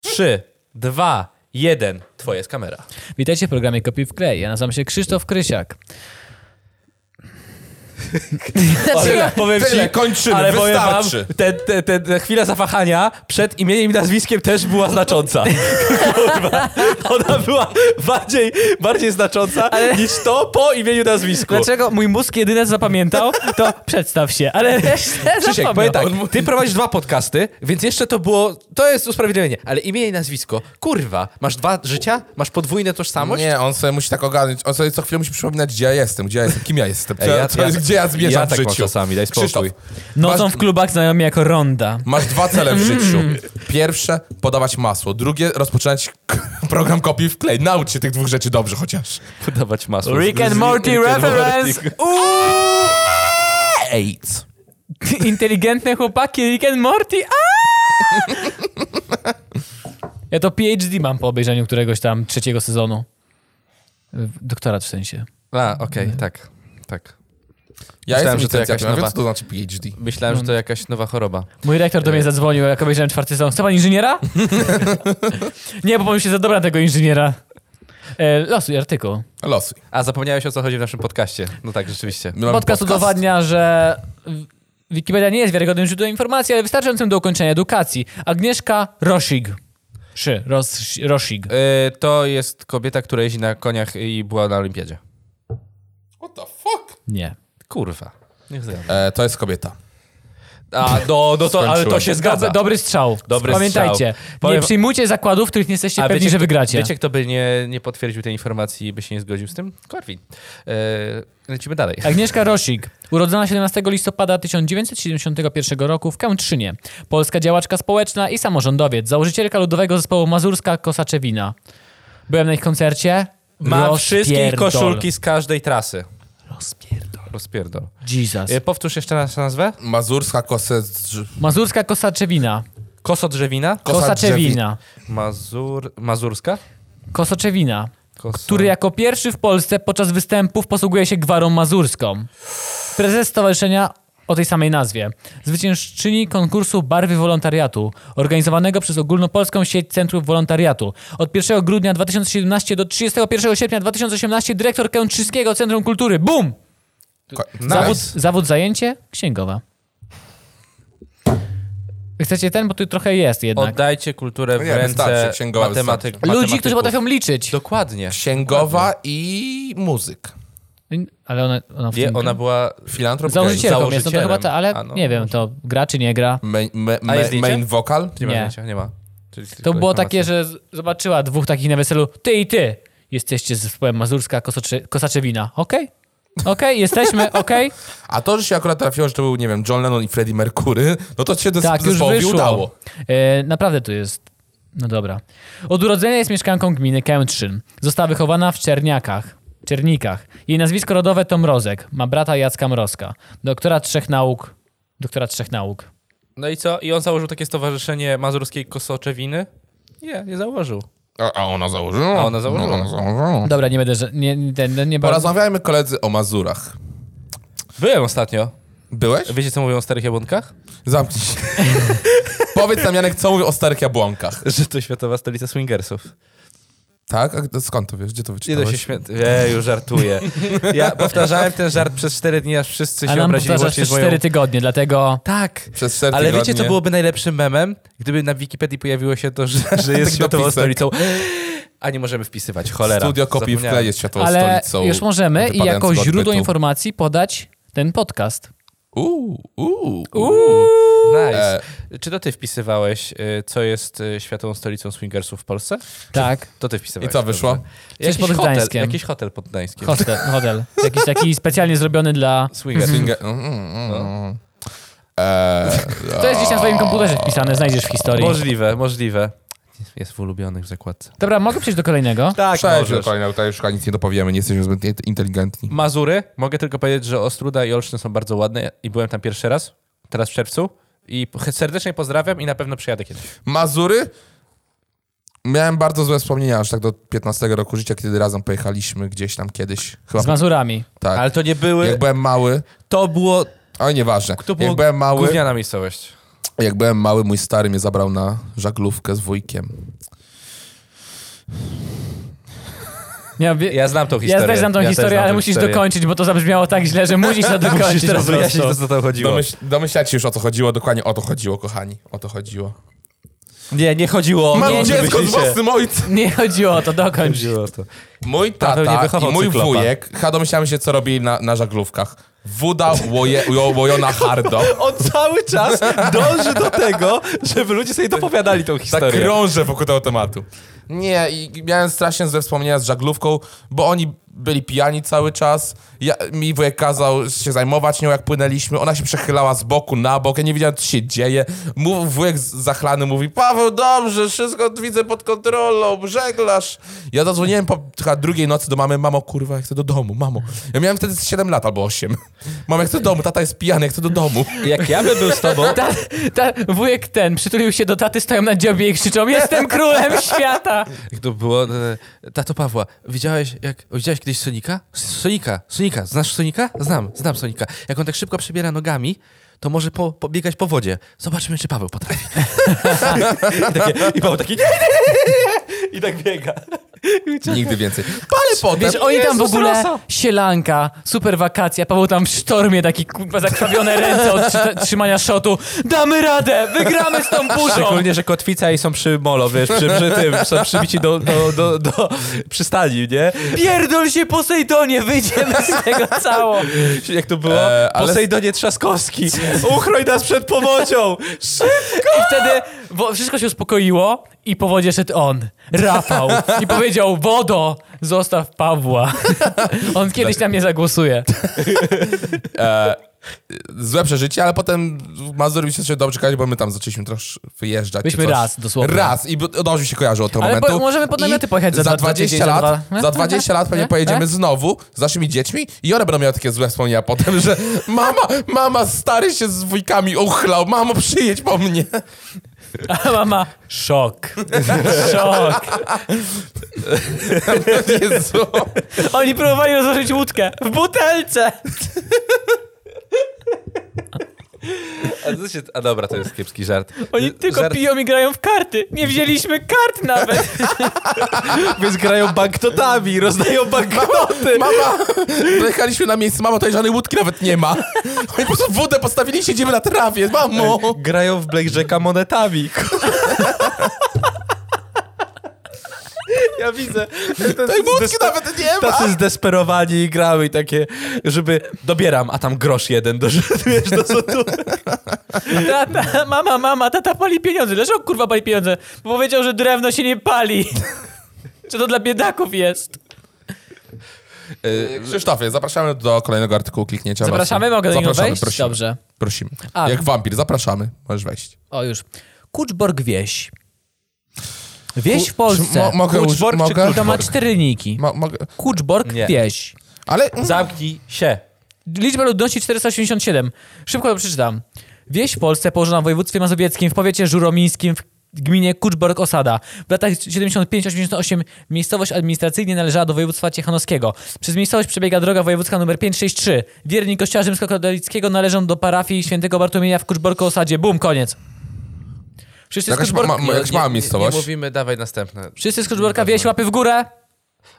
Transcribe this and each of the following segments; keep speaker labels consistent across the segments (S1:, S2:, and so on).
S1: 3, 2, 1. Twoja jest kamera.
S2: Witajcie w programie Kopi w Klej. Ja nazywam się Krzysztof Krysiak.
S1: Tyle, powiem
S3: tyle,
S1: ci,
S3: kończymy,
S1: ale powiem wam,
S3: wystarczy.
S1: te, te, te, te chwila zawahania przed imieniem i nazwiskiem też była znacząca. Kurwa. Ona była bardziej, bardziej znacząca niż to po imieniu i nazwisku.
S2: Dlaczego mój mózg jedyne zapamiętał, to przedstaw się, ale
S1: Krzysiek, powiem tak, ty prowadzisz dwa podcasty, więc jeszcze to było, to jest usprawiedliwienie, ale imię i nazwisko, kurwa, masz dwa życia? Masz podwójną tożsamość?
S3: Nie, on sobie musi tak ogarnąć. On sobie co chwilę musi przypominać, gdzie ja jestem, gdzie ja jestem, kim ja jestem, co,
S1: Ej, ja-
S3: co,
S1: ja-
S3: gdzie ja zmierzam
S1: ja tak
S3: w
S1: mam
S3: życiu.
S1: czasami, daj spokój.
S3: Krzysztof,
S2: Nocą
S3: masz-
S2: w klubach znajomi jako Ronda.
S3: Masz dwa cele w życiu. Pierwsze, podawać masło. Drugie, rozpoczynać k- program kopii w klej. Naucz się tych dwóch rzeczy dobrze chociaż.
S1: Podawać masło.
S2: Rick and
S1: Z- z-
S2: Morty
S1: Rick and
S2: reference.
S1: Morty.
S3: AIDS.
S2: Inteligentne chłopaki, Rick and Morty. aaa! Ja to PhD mam po obejrzeniu któregoś tam trzeciego sezonu. W- Doktorat w sensie.
S1: A, okej, tak, tak.
S3: Ja
S1: Myślałem, że to
S3: jestem
S1: jakaś
S3: licencjatem, a wiem,
S1: nowa-
S3: co to znaczy PhD.
S1: Myślałem,
S2: No,
S1: że to jakaś nowa choroba.
S2: Mój rektor
S1: E.
S2: do mnie zadzwonił, jak obejrzałem czwarty sezon. Chce pan inżyniera? Nie, bo pomyślałem się, za dobra tego inżyniera. E, losuj artykuł.
S3: Losuj.
S1: A zapomniałeś o co chodzi w naszym podcaście. No tak, rzeczywiście.
S3: My mamy
S2: Podcast udowadnia, że w- Wikipedia nie jest wiarygodnym źródłem informacji, ale wystarczającym do ukończenia edukacji. Agnieszka Rosig. Szy, Ros, Rosig.
S1: Y, to jest kobieta, która jeździ na koniach i była na olimpiadzie.
S3: What the fuck?
S2: Nie.
S1: Kurwa. Niech zgadza.
S3: E, to jest kobieta.
S1: A, no, no to, ale to
S3: Skończyłem.
S1: się
S2: Dobry,
S1: zgadza.
S2: dobry strzał.
S1: Dobry
S2: Pamiętajcie,
S1: strzał.
S2: nie
S1: Powiem-
S2: przyjmujcie zakładów, w których nie jesteście
S1: A
S2: pewni,
S1: wiecie,
S2: że
S1: kto-
S2: wygracie.
S1: Wiecie, kto by nie, nie potwierdził tej informacji i by się nie zgodził z tym? Korwin. E, lecimy dalej.
S2: Agnieszka Rosik, urodzona 17 listopada 1971 roku w Kętrzynie. Polska działaczka społeczna i samorządowiec, założycielka ludowego zespołu Mazurska Kosaczewina. Byłem na ich koncercie.
S1: Ma
S2: Rozpierdol.
S1: wszystkie koszulki z każej trasy.
S2: Rozpierdol.
S1: Rozpierdol.
S2: Jesus.
S1: E, powtórz jeszcze naszą nazwę.
S3: Mazurska kose... drz-
S2: Mazurska Kosaczewina.
S1: Kosodrzewina.
S3: Ko-
S2: Kosaczewina.
S1: Mazur... Mazurska.
S2: Kosaczewina.
S1: Koso...
S2: Który jako pierwszy w Polsce podczas występów posługuje się gwarą mazurską. Prezes stowarzyszenia o tej samej nazwie. Zwyciężczyni konkursu Barwy Wolontariatu, organizowanego przez Ogólnopolską Sieć Centrów Wolontariatu. Od 1 grudnia 2017 do 31 sierpnia 2018 dyrektor Kętrzyskiego Centrum Kultury. Bum!
S3: Ko...
S2: Zawód,
S3: Nice.
S2: zawód zajęcie? Księgowa. Chcecie ten? Bo tu trochę jest jednak.
S1: Tak. Oddajcie kulturę w
S3: No Nie,
S1: ręce
S3: wystarczy, księgowa
S1: matematyk...
S2: Ludzi, którzy
S1: matematyków.
S2: potrafią liczyć.
S1: Dokładnie.
S3: Księgowa i muzyk.
S2: No Ale ona, ona w
S1: Wie,
S2: tym-
S1: ona była...
S3: Filantrop.
S2: Założycielką jest, no to
S1: założycielem.
S2: chyba ta, ale
S1: A no,
S2: nie wiem, to gra czy nie gra.
S3: Me, me,
S1: A
S3: me,
S1: jest liczę?
S3: main vocal.
S1: Nie ma
S2: Nie.
S1: zdjęcia, nie ma. Czyli tylko
S2: To było
S1: informacja.
S2: takie, że z- zobaczyła dwóch takich na weselu, ty i ty, jesteście z zespołem Mazurska Kosocze, Kosaczewina, okej? Okej, jesteśmy, okej?
S3: A to, że się akurat trafiło, że to był, nie wiem, John Lennon i Freddie Mercury, no to się do
S2: Tak, już
S3: zespołowi
S2: wyszło.
S3: udało.
S2: E, naprawdę to jest, no dobra. Od urodzenia jest mieszkanką gminy Kętrzyn. Została wychowana w Czerniakach. Czernikach. Jej nazwisko rodowe to Mrozek. Ma brata Jacka Mrozka. Doktora trzech nauk. Doktora trzech nauk.
S1: No i co? I on założył takie stowarzyszenie mazurskiej kosoczewiny? Nie, nie zauważył.
S3: A, a ona założyła.
S1: A ona założyła.
S3: No, ona założyła.
S2: Dobra, nie będę, że... Nie, nie, nie, nie
S3: Porozmawiajmy, koledzy, o Mazurach.
S1: Byłem ostatnio.
S3: Byłeś?
S1: Wiecie, co mówią o starych jabłonkach?
S3: Zamknij się. Powiedz nam, Janek, co mówił o starych jabłonkach.
S1: Że to światowa stolica swingersów.
S3: Tak? A skąd to wiesz? Gdzie to
S1: Nie da
S3: wyczytałeś?
S1: się śmiać. Ej, już żartuję. Ja powtarzałem ten żart przez 4 dni, aż wszyscy
S2: A
S1: się
S2: nam
S1: obrazili
S2: powtarzasz
S1: łącznie
S2: przez
S1: z moją...
S2: 4 tygodnie, dlatego...
S1: Tak.
S3: Przez cztery
S1: Ale wiecie,
S3: tygodnie.
S1: co byłoby najlepszym memem? Gdyby na Wikipedii pojawiło się to, że, że jest światową
S3: dopisek.
S1: stolicą. A nie możemy wpisywać, cholera.
S3: Studio kopii w
S1: Zapomniałem.
S3: klej jest światową
S2: Ale
S3: stolicą.
S2: już możemy i
S3: wypadającego
S2: jako
S3: odbytu.
S2: źródło informacji podać ten podcast.
S3: Uuu, uuu,
S1: Uuu, Nice.
S3: E.
S1: Czy to ty wpisywałeś, y, co jest y, światową stolicą swingersów w Polsce?
S2: Tak.
S1: To ty wpisywałeś.
S3: I co wyszło?
S1: dobrze. Jakiś
S2: pod
S1: hotel,
S2: Gdańskiem.
S1: jakiś hotel pod Gdańskiem.
S2: Hostel, hotel. Jakiś taki specjalnie zrobiony dla...
S1: Swingers.
S3: Finger... Mm, mm,
S1: No.
S3: mm. Eee,
S2: To jest gdzieś na swoim komputerze wpisane, znajdziesz w historii.
S1: Możliwe, możliwe. Jest w ulubionych w zakładce.
S2: Dobra, mogę przejść do kolejnego?
S1: Tak,
S3: Przejdźmy do kolejnego, tutaj już chyba nic nie dopowiemy, nie jesteśmy zbyt int- inteligentni.
S1: Mazury. Mogę tylko powiedzieć, że Ostruda i Olsztyn są bardzo ładne i byłem tam pierwszy raz, teraz w czerwcu. I p- serdecznie pozdrawiam i na pewno przyjadę kiedyś.
S3: Mazury? Miałem bardzo złe wspomnienia aż tak do 15 roku życia, kiedy razem pojechaliśmy gdzieś tam kiedyś. Chyba
S2: Z Mazurami.
S3: tak.
S1: Ale to nie były...
S3: Jak byłem mały,
S1: To było...
S3: oj nieważne,
S1: To było
S3: jak byłem mały,
S1: gówniana miejscowość.
S3: Jak byłem mały, mój stary mnie zabrał na żaglówkę z wujkiem.
S2: Ja, wie...
S1: Ja znam tą
S2: ja
S1: historię.
S2: też znam tą
S1: też
S2: historię,
S1: znam
S2: ale
S1: tą
S2: musisz
S1: historię.
S2: dokończyć, bo to zabrzmiało tak źle, że musisz to dokończyć.
S1: Musisz
S2: po
S1: teraz
S2: prostu.
S1: wyjaśnić, to, co tam chodziło.
S3: Domyśl, domyślacie się już o co chodziło, dokładnie o to chodziło, kochani. O to chodziło.
S1: Nie, nie chodziło o
S3: Mam
S1: to,
S3: dziecko z
S1: myślicie.
S3: własnym ojcem!
S2: Nie chodziło o to, dokończ.
S1: Chodziło o to.
S3: Mój
S1: Paweł nie
S3: tata
S1: wychował
S3: i mój
S1: cyklopa.
S3: wujek, chyba domyślałem się, co robili na, na żaglówkach. Wuda łoje, ło- łojona hardo.
S1: On cały czas dąży do tego, żeby ludzie sobie dopowiadali tą
S3: Tak
S1: historię.
S3: krążę wokół tego tematu. Nie, i miałem strasznie złe wspomnienia z żaglówką, bo oni byli pijani cały czas. Ja, mi wujek kazał się zajmować nią, jak płynęliśmy. Ona się przechylała z boku na bok. Ja nie wiedziałem, co się dzieje. Mów, wujek z- zachlany mówi, Paweł, dobrze, wszystko widzę pod kontrolą, żeglarz. Ja zadzwoniłem po chyba drugiej nocy do mamy, mamo, kurwa, ja chcę do domu, mamo. Ja miałem wtedy 7 lat albo 8. Mamo, ja chcę do domu, tata jest pijany, ja chcę do domu.
S1: Jak ja bym był z tobą,
S2: Ta, ta, wujek ten przytulił się do taty, stoją na dziobie i krzyczą Jestem królem świata!
S4: Jak to było? e, Tato Pawła, widziałeś, jak, widziałeś kiedyś Sonika? Sonika, Sonika, znasz Sonika? Znam, znam Sonika. Jak on tak szybko przebiera nogami, to może po, pobiegać po wodzie. Zobaczmy, czy Paweł potrafi.
S1: takie, i Paweł taki nie, nie, nie, nie, nie, i tak biega.
S3: Nigdy więcej. Ale potem...
S2: Wiesz, oni tam w
S1: Tak. Jezus
S2: ogóle
S1: Rosa.
S2: sielanka, super wakacja, Paweł tam w sztormie taki kurwa zakrwawione ręce od trzy- trzymania shotu. Damy radę, wygramy z tą burzą!
S1: Szczególnie, że kotwica i są przy molo, wiesz, przy, przy tym, są przybici do, do, do, do przystani, nie?
S2: Pierdol się Posejdonie, wyjdziemy z tego cało!
S1: Jak to było?
S3: E, ale-
S1: Posejdonie Trzaskowski, uchroń nas przed powodzią!
S2: I wtedy wo- wszystko się uspokoiło i po wodzie szedł on, Rafał, i powiedział Wodo, zostaw Pawła. On kiedyś na mnie zagłosuje.
S3: złe przeżycie, ale potem w Mazur mi się dobrze kojarzy, bo my tam zaczęliśmy trosz wyjeżdżać. czy
S2: Byliśmy
S3: coś.
S2: raz, dosłownie.
S3: Raz i b- dobrze mi się kojarzy od tego
S2: Ale po-
S3: momentu.
S2: możemy pod
S3: I
S2: namioty pojechać za dwa- dwa tydzień, za
S3: lat.
S2: dwa.
S3: Za 20 lat pewnie
S2: Nie?
S3: pojedziemy znowu z naszymi dziećmi i one będą miały takie złe wspomnienia potem, że mama, mama, stary się z wujkami uchlał, mamo, przyjedź po mnie.
S2: A mama, szok, szok.
S3: Jezu.
S2: Oni próbowali rozłożyć łódkę w butelce.
S1: A, co się, a dobra, to jest kiepski żart.
S2: Oni tylko
S1: żart,
S2: piją i grają w karty. Nie wzięliśmy kart nawet.
S1: Więc grają banknotami, rozdają banknoty.
S3: Mama, dojechaliśmy na miejsce, mamo, tutaj żadnej łódki nawet nie ma. Oni po prostu wódę postawili i siedzimy na trawie, mamo.
S1: Grają w Blackjacka monetami. Ja widzę.
S3: Tej łódki nawet nie ma.
S1: Tacy zdesperowani i grały i takie, żeby dobieram, a tam grosz jeden do, wiesz, do sądu.
S2: Tata, mama, mama, tata pali pieniądze. Dlaczego kurwa pali pieniądze? Bo powiedział, że drewno się nie pali. Czy to dla biedaków
S3: No
S2: jest?
S3: E, Krzysztofie, zapraszamy do kolejnego artykułu kliknięcia.
S2: Zapraszamy,
S3: Wasza.
S2: mogę do niego
S3: Zapraszamy,
S2: wejść?
S3: Prosimy.
S2: Dobrze.
S3: prosimy.
S2: A.
S3: Jak wampir, zapraszamy. Możesz wejść.
S2: O, już. Kuczborg wieś. Wieś w Polsce.
S3: Czy mo- mogę uż-
S1: Kuczborg czy
S3: mogę?
S2: to ma cztery niki.
S3: Mo- mogę?
S2: Kuczborg
S1: Nie.
S2: wieś.
S3: Ale mm,
S1: Zamknij się.
S2: Liczba ludności 487. Szybko to przeczytam. Wieś w Polsce położona w województwie mazowieckim, w powiecie żuromińskim, w gminie Kuczborg-Osada. W latach 75-88 miejscowość administracyjnie należała do województwa ciechanowskiego. Przez miejscowość przebiega droga wojewódzka nr 563. Wierni kościoła rzymskokatolickiego należą do parafii świętego Bartłomieja w Kuczborku-Osadzie. Bum, koniec. Wszyscy z
S3: Jakaś
S2: Kuczborg...
S3: ma- ma- jakaś mała miejscowość.
S4: Nie, nie mówimy, dawaj następne.
S2: Wszyscy z Kuczborka wieś, łapy w górę.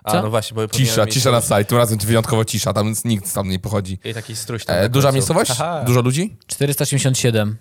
S4: A,
S2: Co?
S4: no właśnie, bo
S3: cisza,
S4: powinienem
S3: cisza na
S4: mieć-
S3: sali. Tym razem wyjątkowo cisza, tam nic- nikt tam nie pochodzi.
S4: I taki struś tam.
S3: E,
S4: na
S3: duża
S4: końcu.
S3: miejscowość?
S1: Aha.
S3: Dużo ludzi?
S2: 487.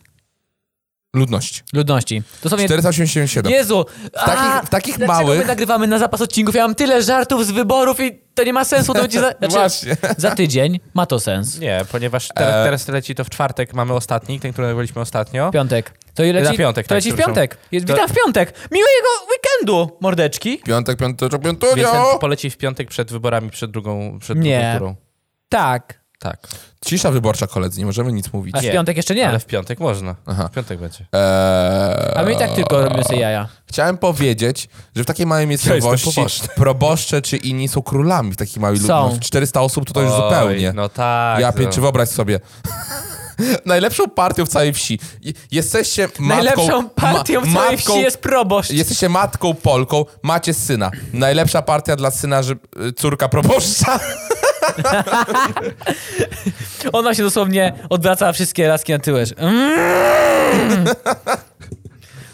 S3: Ludność.
S2: Ludności. Dosłownie
S3: 487.
S2: Jezu! W
S3: takich- No. w takich
S2: My
S3: małych-
S2: nagrywamy na zapas odcinków. Ja mam tyle żartów z wyborów i to nie ma sensu. To będzie za, znaczy,
S3: Właśnie.
S2: za tydzień ma to sens.
S4: Nie, ponieważ teraz,
S3: E-
S4: teraz leci to w czwartek, mamy ostatni, ten, który nagrywaliśmy ostatnio.
S2: Piątek. To i leci,
S4: Na piątek,
S2: to
S4: tak,
S2: leci w
S4: przepraszam.
S2: piątek. Jest,
S4: To-
S2: Witam w piątek. Miłego weekendu, mordeczki.
S3: Piątek, piąteczek,
S4: Więc ten
S3: piątunio.
S4: poleci w piątek przed wyborami, przed drugą, przed
S2: Nie.
S4: drugą turą.
S2: Tak.
S4: Tak.
S3: Cisza wyborcza, koledzy, nie możemy nic mówić.
S2: A w
S4: Nie.
S2: piątek jeszcze nie.
S4: Ale w piątek można.
S3: Aha.
S4: W piątek będzie.
S3: Eee,
S2: A my i tak tylko robimy sobie jaja.
S3: Chciałem powiedzieć, że w takiej małej miejscowości
S4: poważny.
S3: proboszcze czy inni są królami w takiej małej
S2: Są.
S3: ludności. 400 osób to, to już
S4: Oj,
S3: zupełnie.
S4: No tak.
S3: ja
S4: no.
S3: pie- czy wyobraź sobie. Najlepszą partią w całej wsi. I- Jesteście matką...
S2: Najlepszą partią
S3: ma-
S2: w całej
S3: matką-
S2: wsi jest proboszcz.
S3: Jesteście matką Polką, macie syna. Najlepsza partia dla syna, że y, córka proboszcza.
S2: Ona się dosłownie odwracała wszystkie laski na tyłek. Mm.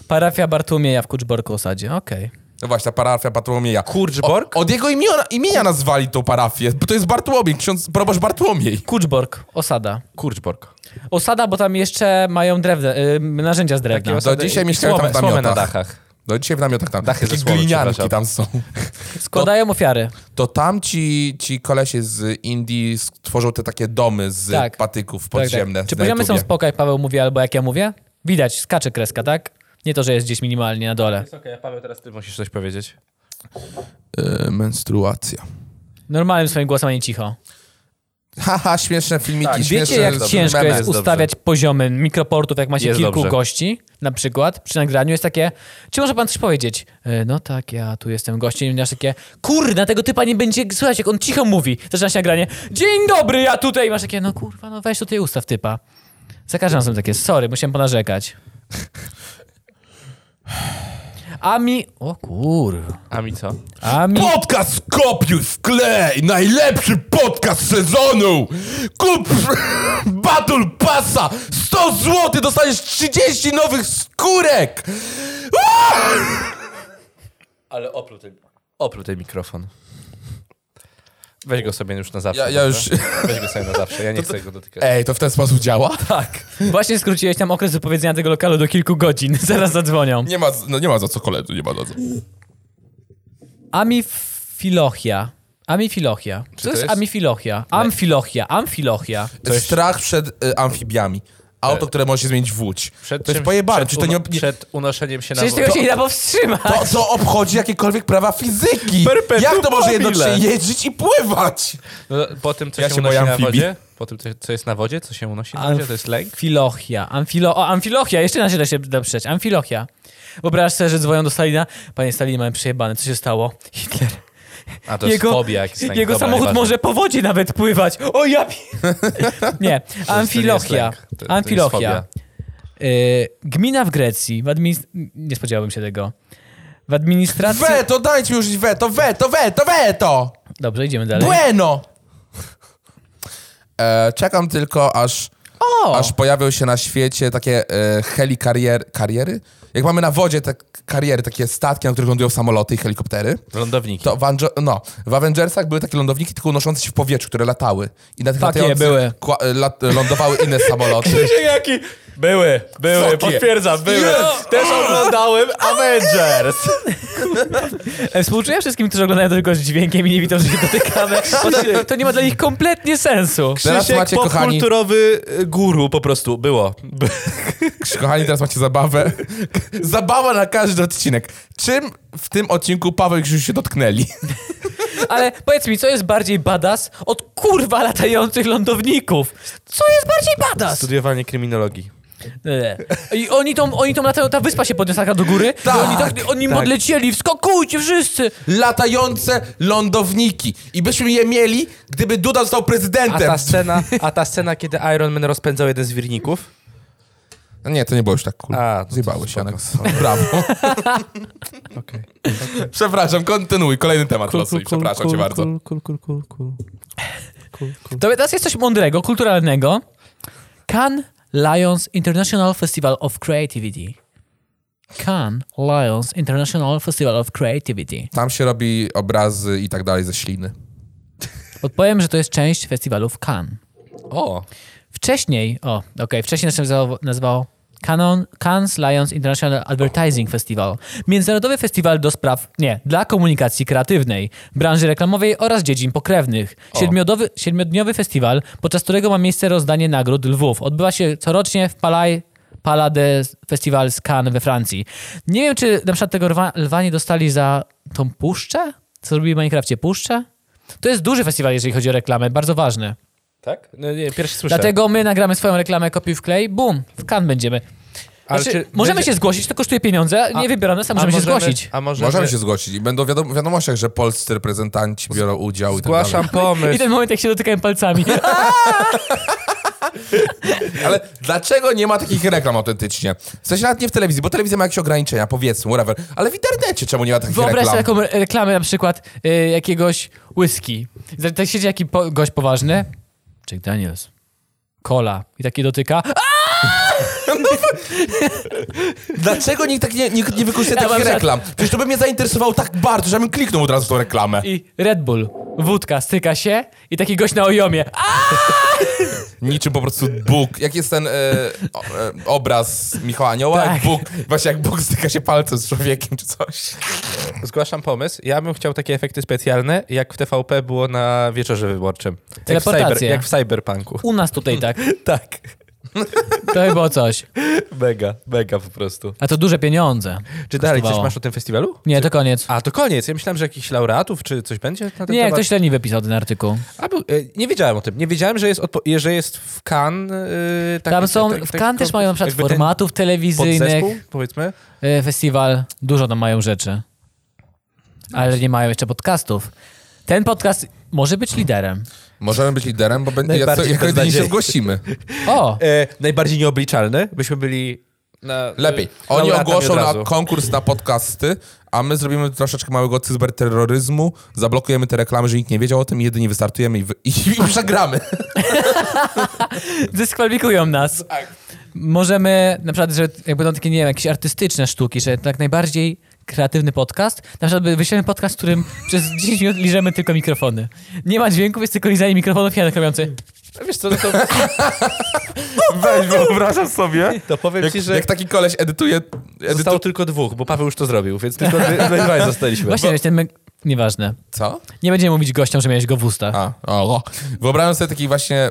S2: Parafia Bartłomieja w Kuczborku osadzie. Okej.
S3: No właśnie, parafia Bartłomieja.
S4: Kurczbork?
S3: O, od jego imiona, imienia nazwali tą parafię, bo to jest Bartłomiej, ksiądz proboszcz Bartłomiej.
S2: Kuczbork, osada.
S4: Kurczbork.
S2: Osada, bo tam jeszcze mają drewno, y, narzędzia z drewna.
S3: Do dzisiaj mieszkają
S4: Słomę,
S3: tam w
S4: słomę
S3: namiotach.
S4: na dachach.
S3: Do No, dzisiaj w namiotach tam.
S4: Dachy
S3: Takie
S4: ze słomy,
S3: glinianki
S4: przepraszam.
S3: tam są.
S2: Składają ofiary. Tak,
S3: To tam ci, ci kolesie z Indii stworzą te takie domy z
S2: Tak.
S3: patyków
S2: Tak, tak.
S3: podziemne.
S2: Czy
S3: na
S2: poziomy są
S3: YouTubie.
S2: spoko, jak Paweł mówi, albo jak ja mówię? Widać, skacze kreska, tak? Nie to, że jest gdzieś minimalnie na dole.
S4: Okej, Paweł, teraz ty musisz coś powiedzieć.
S3: Y, menstruacja.
S2: Normalnym swoim głosem, a nie cicho.
S3: Haha, śmieszne filmiki,
S4: Tak,
S3: śmieszne.
S2: Wiecie, jak
S3: Dobra.
S2: ciężko
S4: meme
S2: jest,
S4: jest dobrze.
S2: ustawiać poziomy mikroportów, jak ma się
S4: Jest
S2: kilku
S4: dobrze.
S2: gości, na przykład, przy nagraniu jest takie, czy może pan coś powiedzieć? E, No tak, ja tu jestem gościem i masz takie, kurna, tego typa nie będzie słychać, jak on cicho mówi. Zaczyna się nagranie, dzień dobry, ja tutaj, I masz takie, no kurwa, no weź tutaj ustaw typa. Za każdym razem takie, sorry, musiałem ponarzekać. A mi, o kur,
S4: A mi co?
S2: a mi...
S3: Podcast kopiuj wklej! Najlepszy podcast sezonu! Kup Battle Passa! 100 zł dostaniesz 30 nowych skórek!
S4: Ale opluł ten, opluł ten mikrofon. Weź go sobie już na zawsze.
S3: Ja- ja
S4: dobrze? Weź go sobie na zawsze, ja nie chcę go dotykać.
S3: Ej, to w ten sposób działa?
S2: Tak. Właśnie skróciłeś nam okres wypowiedzenia tego lokalu do kilku godzin. Zaraz zadzwonią.
S3: Nie ma, no nie ma za co koledzy, nie ma za co.
S2: Amifilochia. Amifilochia. Co to jest,
S3: jest?
S2: amifilochia? Amfilochia, amfilochia.
S3: Strach przed y, amfibiami. Auto, które może się zmienić w łódź.
S4: E, Przed
S3: to jest
S4: czymś-
S3: pojebane, czy
S4: przed,
S3: to nie...
S4: uno- przed unoszeniem się na
S2: Przecież
S4: wodę.
S2: tego się nie da powstrzymać.
S3: To, to obchodzi jakiekolwiek prawa fizyki!
S4: Perpetuum
S3: Jak to
S4: mobile.
S3: może jednocześnie jeździć i pływać?
S4: No, po tym, co
S3: Ja
S4: się,
S3: się
S4: unosi
S3: boję
S4: na
S3: amfibii.
S4: wodzie, po tym, co, co jest na wodzie, co się unosi na wodzie, to jest lęk.
S2: Amfilochia. Amfilo... O, amfilochia. Jeszcze na źle się da przeć. Amfilochia. Wyobraź sobie, że dzwonią do Stalina. Panie Stalin, mamy przejebane. Co się stało? Hitler.
S4: A to jest
S2: Jego-
S4: fobia, jak jest lęk.
S2: Jego
S4: Dobra,
S2: samochód
S4: nieważne.
S2: może po wodzie nawet pływać. O ja... pi- nie. Amfilochia.
S4: lęk. To- to jest
S2: Amfilochia.
S4: fobia.
S2: Y, Gmina w Grecji. W administ... Nie spodziewałbym się tego. W administracji...
S3: Weto, dajcie już weto, weto, weto, weto!
S2: Dobrze, idziemy dalej.
S3: Bueno! E, czekam tylko, aż,
S2: O!
S3: aż pojawią się na świecie takie e, helikarier, kariery. Jak mamy na wodzie te kariery, takie statki, na których lądują samoloty i helikoptery,
S4: Lądowniki.
S3: to w, Ange- no, w Avengersach były takie lądowniki tylko unoszące się w powietrzu, które latały. I na tych
S2: Takie
S3: latających
S2: były.
S3: kła- e, lat- e, lądowały inne samoloty.
S1: Jaki? Były, były,
S3: Fuck yeah.
S1: potwierdzam, były. Też oglądałem Avengers.
S2: E, Współczuję wszystkim, którzy oglądają tylko z dźwiękiem i nie widzą, że się dotykamy. Bo to, to nie ma dla nich kompletnie sensu.
S3: Teraz
S1: Krzysiek,
S3: macie, kochani-
S1: popkulturowy y, guru po prostu, było.
S3: Kochani, teraz macie zabawę. Zabawa na każdy odcinek. Czym w tym odcinku Paweł i Krzysiu się dotknęli?
S2: Ale powiedz mi, co jest bardziej badass od kurwa latających lądowników? Co jest bardziej badass?
S4: Studiowanie kryminologii.
S2: E. I oni tą, oni tą latają, ta wyspa się podniosła taka do góry. i oni tak, oni podlecieli, wskakujcie wszyscy.
S3: latające lądowniki. I byśmy je mieli, gdyby Duda został
S4: A
S3: prezydentem.
S4: ta scena, a ta scena kiedy Iron Man rozpędzał jeden z wirników?
S3: Nie, to nie było już tak cool.
S4: A, no to
S3: Zjebały się,
S4: spoko.
S3: Alex. Brawo.
S4: Okej.
S3: Przepraszam, kontynuuj. Kolejny temat losuj. Przepraszam cię bardzo.
S4: Cool, cool, cool, cool.
S2: To teraz jest coś mądrego, kulturalnego. Can Lions International Festival of Creativity. Can Lions International Festival of Creativity.
S3: Tam się robi obrazy i tak dalej ze śliny.
S2: Odpowiem, że to jest część festiwalu w Cannes.
S4: O,
S2: Wcześniej, o, okej, wcześniej się nazywało, nazywało Canon, Cannes Lions International Advertising Festival. Międzynarodowy festiwal do spraw, nie, dla komunikacji kreatywnej, branży reklamowej oraz dziedzin pokrewnych. Siedmiodowy, siedmiodniowy festiwal, podczas którego ma miejsce rozdanie nagród Lwów. Odbywa się corocznie w Palais Palais de Festival z Cannes we Francji. Nie wiem, czy na przykład tego lwa, lwa nie dostali za tą puszczę? Co zrobili w Minecrafcie? Puszczę? To jest duży festiwal, jeżeli chodzi o reklamę, bardzo ważny.
S4: tak? No, nie, pierwszy słyszę.
S2: Dlatego my nagramy swoją reklamę kopiuj w klej, bum, w kan będziemy.
S4: Ale
S2: Znaczy,
S4: czy
S2: możemy
S4: będzie-
S2: się zgłosić, to kosztuje pieniądze, nie wybieramy sam, możemy się zgłosić.
S4: A możemy,
S3: Możemy się zgłosić. I będą wiadomo, w wiadomościach, że polscy reprezentanci biorą udział i tak dalej.
S4: Zgłaszam pomysł.
S2: I ten moment, jak się dotykałem palcami.
S3: Ale dlaczego nie ma takich reklam autentycznie? W sensie nawet nie w telewizji, bo telewizja ma jakieś ograniczenia, powiedzmy, whatever. Ale w internecie czemu nie ma takich
S2: Wyobraź
S3: reklam?
S2: sobie taką re- reklamę na przykład y, jakiegoś whisky. Za- Tak siedzi jakiś po, gość poważny, Jack Daniels, cola i taki dotyka.
S3: Dlaczego nikt, tak nie, nikt nie wykorzystuje
S2: Ja
S3: takich
S2: mam-
S3: reklam? Przecież to by mnie zainteresowało tak bardzo, że ja bym kliknął od razu w tą reklamę.
S2: I Red Bull, wódka, styka się i taki gość na ojomie. A,
S3: Niczym po prostu Bóg. Jak jest ten e, o, e, obraz Michała Anioła?
S2: Tak.
S3: Jak Bóg, właśnie jak Bóg styka się palcem z człowiekiem czy coś.
S1: Zgłaszam pomysł. Ja bym chciał takie efekty specjalne, jak w TVP było na wieczorze wyborczym. Jak w, cyber,
S2: Teleportacja.
S1: jak w cyberpunku.
S2: u nas tutaj tak.
S1: Tak.
S2: To by było coś.
S1: Mega, mega po prostu.
S2: A to duże pieniądze.
S1: Czy dalej coś
S2: kosztowało.
S1: masz o tym festiwalu?
S2: Nie, to koniec.
S1: A, to koniec. Ja myślałem, że jakichś laureatów, czy coś będzie na ten
S2: Nie,
S1: temat.
S2: ktoś leniwy pisał ten artykuł.
S1: A, był, e, nie wiedziałem o tym. Nie wiedziałem, że jest, odpo- e, że jest w Cannes... e, taki-
S2: Tam są,
S1: tak-
S2: w
S1: tak-
S2: Kan też mają na przykład
S1: jakby ten
S2: formatów telewizyjnych,
S1: podzespół, powiedzmy.
S2: y, festiwal, dużo tam mają rzeczy. Ale nie mają jeszcze podcastów. Ten podcast może być liderem.
S3: Możemy być liderem, bo będzie, ja, co,
S1: Najbardziej
S3: jako jedyni się
S1: beznadziejny.
S3: zgłosimy.
S2: O!
S1: E, najbardziej nieobliczalny, byśmy byli... Na,
S3: Lepiej.
S1: e,
S3: Oni
S1: laureatami
S3: ogłoszą
S1: od
S3: na
S1: razu.
S3: konkurs na podcasty, a my zrobimy troszeczkę małego cyberterroryzmu, zablokujemy te reklamy, że nikt nie wiedział o tym, jedynie wystartujemy i, wy- i, i przegramy.
S2: Dyskwalifikują nas.
S1: Tak.
S2: Możemy, na przykład, że jak będą takie, nie wiem, jakieś artystyczne sztuki, że tak najbardziej kreatywny podcast, na przykład by- wyślemy podcast, w którym przez 10 minut liżemy tylko mikrofony. Nie ma dźwięków, jest tylko lizanie mikrofonów tak i Janek robiący.
S1: Wiesz co, no to,
S3: Weź, wyobrażasz sobie?
S1: to powiem
S3: Jak,
S1: ci, że...
S3: jak taki koleś edytuje...
S1: Zostało
S3: edytu...
S1: tylko dwóch, bo Paweł już to zrobił, więc tylko my, my dwaj zostaliśmy.
S2: Właśnie, weź ten... myk- Nieważne.
S3: Co?
S2: Nie będziemy mówić gościom, że miałeś go w ustach.
S3: A, o, o. Wyobrażam sobie taki właśnie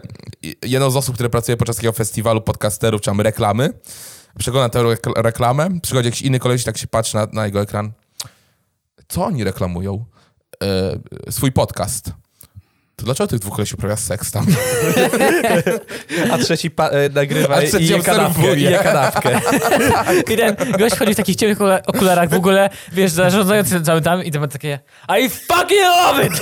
S3: jedną z osób, które pracuje podczas takiego festiwalu podcasterów, czy tam reklamy. Przegląda tę rekl- reklamę, przychodzi jakiś inny koleś i tak się patrzy na, na jego ekran. Co oni reklamują? E, swój podcast. To dlaczego tych dwóch kolesi uprawia seks tam?
S1: A trzeci pa- e, nagrywa
S3: A
S1: i
S3: trzeci
S1: je kanapkę. I
S3: obserwuje.
S1: je kanapkę.
S2: I ten gość chodzi w takich ciemnych okula- okularach w ogóle, wiesz, zarządzający cały tam i to ma takie I fucking love it!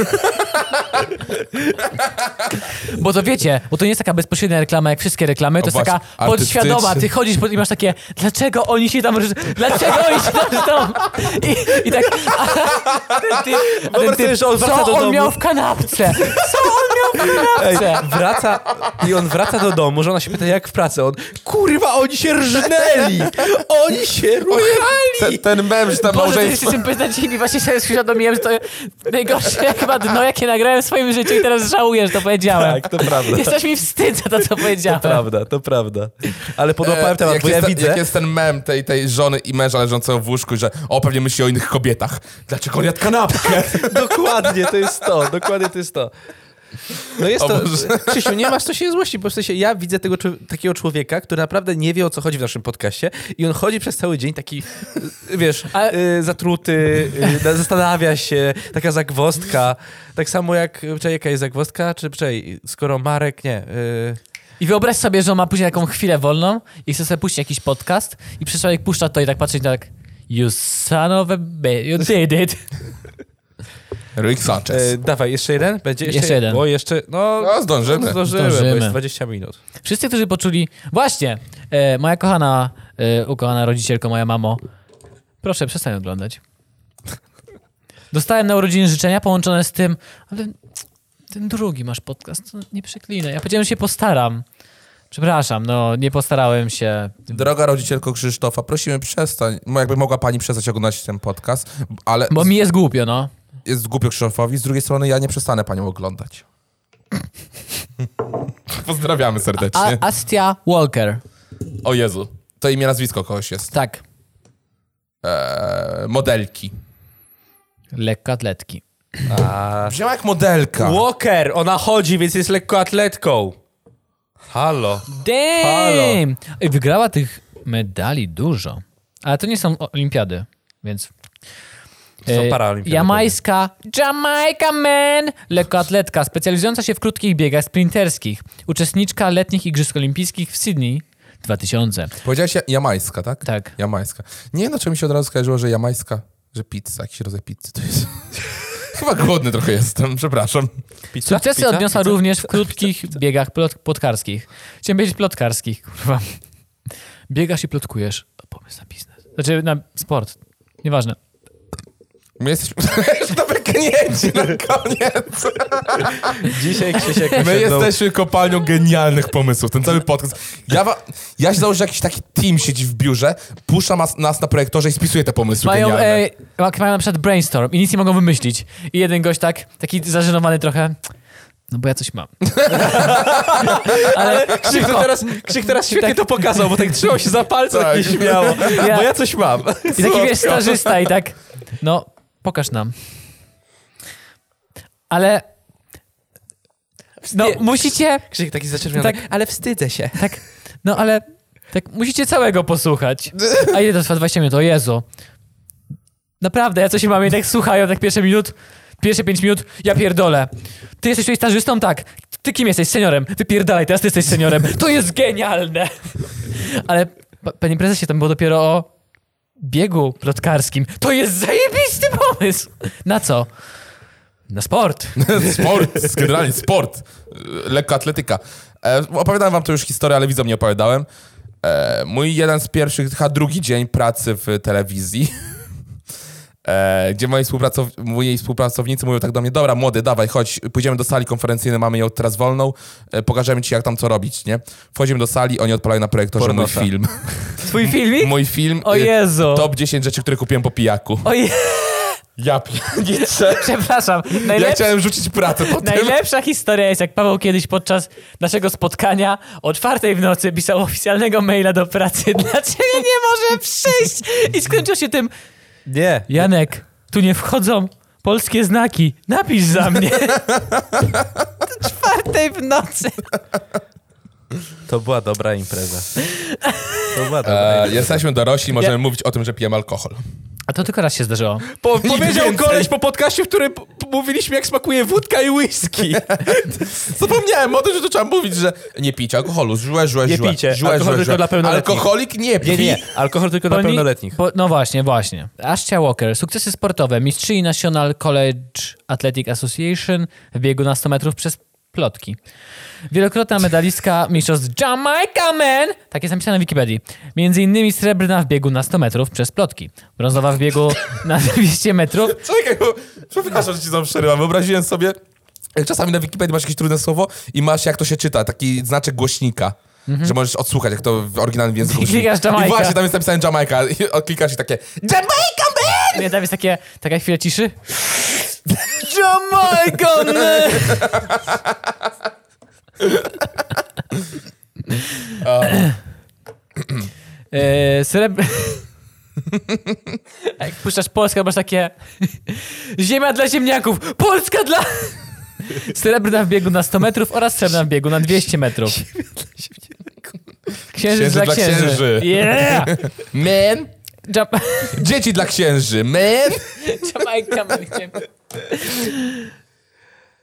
S2: bo to wiecie, bo to nie jest taka bezpośrednia reklama jak wszystkie reklamy, to
S3: O
S2: jest
S3: właśnie,
S2: taka podświadoma, ty chodzisz pod, i masz takie dlaczego oni się tam, rz- dlaczego oni się tam rzucą? I, i tak a, ten typ, a ten
S1: Wyobraź sobie,
S2: typ,
S1: że on wraca
S2: co
S1: do
S2: on
S1: domu.
S2: miał w kanapce? Co on miał w
S1: Ej,
S2: kanapce?
S1: wraca i on wraca do domu, że ona się pyta, jak w pracy? On, kurwa, oni się rżnęli! Oni się ruchali!
S3: Ten, ten mem, że tam e,
S2: Boże, to
S3: małżeństwo...
S2: jeszcze tym pytać mi właśnie się uświadomiłem, że to najgorsze chyba dno, jakie nagrałem w swoim życiu i teraz żałuję, że to powiedziałem.
S1: Tak, to prawda.
S2: Jesteś mi wstyd za to, co
S1: To
S2: powiedziałem.
S1: prawda, to prawda. Ale
S3: E,
S1: podłapałem temat,
S3: jak,
S1: bo ja
S3: jest, ten-
S1: widzę.
S3: jak jest ten mem tej, tej żony i męża leżącego w łóżku, że o, pewnie myśli o innych kobietach. Dlaczego on jadł kanapkę?
S1: Dokładnie, to jest to, dokładnie to jest to. No jest
S3: O
S1: to,
S3: Boże.
S1: Krzysiu, nie masz co się złości, bo w sensie ja widzę tego, czł- takiego człowieka, który naprawdę nie wie o co chodzi w naszym podcaście i on chodzi przez cały dzień taki, y, wiesz,
S2: Ale-
S1: y, zatruty, y, zastanawia się, taka zagwozdka, tak samo jak, czekaj, jaka jest zagwozdka, czy czekaj, skoro Marek, nie, y,
S2: I wyobraź sobie, że on ma później taką chwilę wolną i chce sobie puścić jakiś podcast i przyszedł człowiek puszcza to i tak patrzy i tak You son of a bitch, you did it.
S3: Rick Sanchez.
S1: e, dawaj, jeszcze jeden? Będzie jeszcze,
S2: Jeszcze jeden.
S1: O, jeszcze, no,
S3: No, zdążymy.
S1: zdążymy, bo
S2: Zdążymy.
S1: jest 20 minut.
S2: Wszyscy, którzy poczuli... Właśnie, e, moja kochana, e, ukochana rodzicielko, moja mamo, proszę, przestań oglądać. Dostałem na urodziny życzenia połączone z tym, ale ten drugi masz podcast, to nie przeklinaj. Ja powiedziałem, że się postaram. Przepraszam, no nie postarałem się.
S3: Mhm. Droga rodzicielko Krzysztofa, prosimy przestań, mo- jakby mogła pani przestać oglądać ten podcast, ale
S2: Bo mi jest głupio, no.
S3: jest głupio Krzysztofowi, z drugiej strony ja nie przestanę panią oglądać. Pozdrawiamy
S2: A,
S3: serdecznie.
S2: Astia Walker.
S3: O Jezu, to imię, nazwisko kogoś jest.
S2: Tak,
S3: Eee, modelki.
S2: lekkoatletki.
S3: Wzięła jak
S1: Tak.
S3: modelka.
S1: Walker, ona chodzi, więc jest lekko atletką. Halo.
S2: Damn! Ej, Wygrała tych medali dużo. Ale to nie są o- olimpiady, więc...
S1: To są paraolimpiady.
S2: Jamajska, Jamaica Man, lekkoatletka, specjalizująca się w krótkich biegach sprinterskich, uczestniczka letnich Igrzysk Olimpijskich w Sydney 2000.
S3: Powiedziałaś ja- jamajska, tak? no,
S2: Tak.
S3: Jamajska. Nie wiem, dlaczego mi się od razu skojarzyło, że jamajska, że pizza, jakiś rodzaj pizzy to jest. Chyba głodny trochę jestem, przepraszam.
S1: Pizza?
S2: Sukcesy
S1: Pizza?
S2: odniosła również w krótkich biegach plot- plotkarskich. Chciałem powiedzieć plotkarskich, kurwa. Biegasz i plotkujesz. To pomysł na biznes. Znaczy na sport. Nieważne.
S3: My jesteśmy to wyknięci na koniec.
S1: Dzisiaj Krzysiek
S3: My
S1: osiągnął-
S3: jesteśmy kopalnią genialnych pomysłów. Ten cały podcast. Ja, wa- ja się założę, że jakiś taki team siedzi w biurze, pusza mas- nas na projektorze i spisuje te pomysły
S2: Mają,
S3: genialne.
S2: e, ma- mają na przykład brainstorm i nic nie mogą wymyślić. I jeden gość tak, taki zażenowany trochę. No bo ja coś mam. Ale
S1: Krzyk to teraz, Krzyk teraz świetnie to pokazał, bo tak trzymał się za palce tak.
S3: Tak.
S1: nieśmiało,
S2: Ja-
S1: bo ja coś mam.
S2: I taki wiesz, stażysta i tak, no, pokaż nam. Ale, no,
S4: Nie.
S2: musicie,
S4: Krzyk taki zaczerwiony.
S2: Tak.
S4: ale wstydzę się.
S2: tak, no ale, tak, musicie całego posłuchać. A ile to trwa? 20 minut, o Jezu. Naprawdę, ja coś mam i tak słuchają, tak pierwsze minut, pierwsze 5 minut, ja pierdolę. Ty jesteś tutaj stażystą? Tak. Ty kim jesteś? Seniorem. Wypierdalaj, teraz ty jesteś seniorem. To jest genialne! Ale, pa- panie prezesie, tam było dopiero o biegu plotkarskim. To jest zajebisty pomysł! Na co? Na sport.
S3: Sport, generalnie sport, e, lekkoatletyka. E, opowiadałem wam to już historię, ale widzom nie opowiadałem. E, mój jeden z pierwszych, chyba drugi dzień pracy w telewizji, e, gdzie moi, współpracow- moi współpracownicy mówią tak do mnie, dobra młody, dawaj, chodź, pójdziemy do sali konferencyjnej, mamy ją teraz wolną, e, pokażemy ci jak tam co robić, nie? Wchodzimy do sali, oni odpalają na projektorze mój
S1: Pornota.
S3: film.
S2: Twój filmik?
S3: Mój film,
S2: O
S3: e,
S2: Jezu.
S3: top 10 rzeczy, które kupiłem po pijaku.
S2: O je...
S3: Ja pierniczę.
S2: Przepraszam.
S3: Ja
S2: Najlepszy
S3: chciałem rzucić pracę po tym.
S2: Najlepsza historia jest, jak Paweł kiedyś podczas naszego spotkania o czwartej w nocy pisał oficjalnego maila do pracy, dlaczego nie może przyjść? I skończył się tym,
S1: Nie.
S2: Janek, tu nie wchodzą polskie znaki, napisz za mnie. O czwartej w nocy.
S1: To była dobra impreza. To była dobra
S3: E,
S1: impreza.
S3: jesteśmy dorośli, możemy mówić o tym, że pijemy alkohol.
S2: A to tylko raz się zdarzyło.
S1: Po,
S3: Nigdy
S1: powiedział
S3: więcej.
S1: koleś po podcaście, w którym p- p- mówiliśmy, jak smakuje wódka i whisky.
S3: Zapomniałem o tym, że to trzeba mówić, że nie pijcie alkoholu, złe, złe,
S1: Nie
S3: złe.
S1: pijcie.
S3: Złe,
S1: Alkohol
S3: złe,
S1: tylko
S3: złe.
S1: dla pełnoletnich.
S3: Alkoholik nie pij.
S1: Nie, nie. Alkohol tylko dla
S2: Poni-
S1: pełnoletnich.
S2: Po, no właśnie, właśnie. Ashcia Walker, sukcesy sportowe, mistrzyni National College Athletic Association w biegu na 100 metrów przez plotki. Wielokrotna medalistka mistrzostw Jamaica Man, tak jest napisane na Wikipedii. Między innymi srebrna w biegu na 100 metrów przez plotki. Brązowa w biegu na 200 metrów.
S3: Czekaj, bo, przepraszam, że ci tam przerywam. Wyobraziłem sobie, jak czasami na Wikipedii masz jakieś trudne słowo i masz, jak to się czyta, taki znaczek głośnika. Że możesz odsłuchać, jak to w oryginalnym języku
S2: I
S3: brzmi.
S2: klikasz Jamaica.
S3: I właśnie, tam jest napisane Jamaica. I odklikasz i takie Jamaica, man!
S2: Nie, tam jest takie, taka chwila ciszy. Jamaica Man! Eee, srebr... A Jak puszczasz Polskę, masz takie ziemia dla ziemniaków, Polska dla... Srebrna w biegu na 100 metrów oraz srebrna w biegu na 200 metrów. Księżyc,
S3: Księżyc
S2: dla
S3: dla
S2: księży.
S3: księży.
S2: Yeah!
S3: Man!
S2: Jam...
S3: Dzieci dla księży, man!
S2: Jamajka,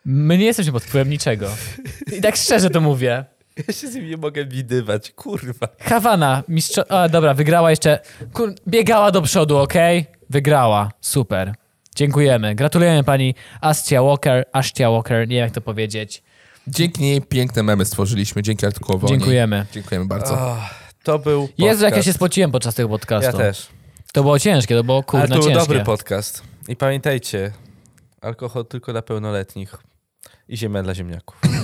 S2: My nie jesteśmy pod wpływem niczego. I tak szczerze to mówię.
S1: Ja się z nim nie mogę widywać, kurwa.
S2: Hawana, mistrz... A, dobra, wygrała jeszcze. Kur... Biegała do przodu, okej? Wygrała. Super. Dziękujemy. Gratulujemy pani Astia Walker. Astia Walker, nie wiem jak to powiedzieć.
S3: Dzięki niej piękne memy stworzyliśmy, dzięki artykułowi. o niej.
S2: Dziękujemy.
S3: Dziękujemy bardzo.
S1: O, to był podcast.
S2: Jezu, jak ja się spociłem podczas tego
S1: Ja
S2: podcastu.
S1: też.
S2: To było ciężkie, to było
S1: Ale
S2: kurna
S1: to był
S2: ciężkie.
S1: dobry podcast. I pamiętajcie, alkohol tylko dla pełnoletnich i ziemia dla ziemniaków.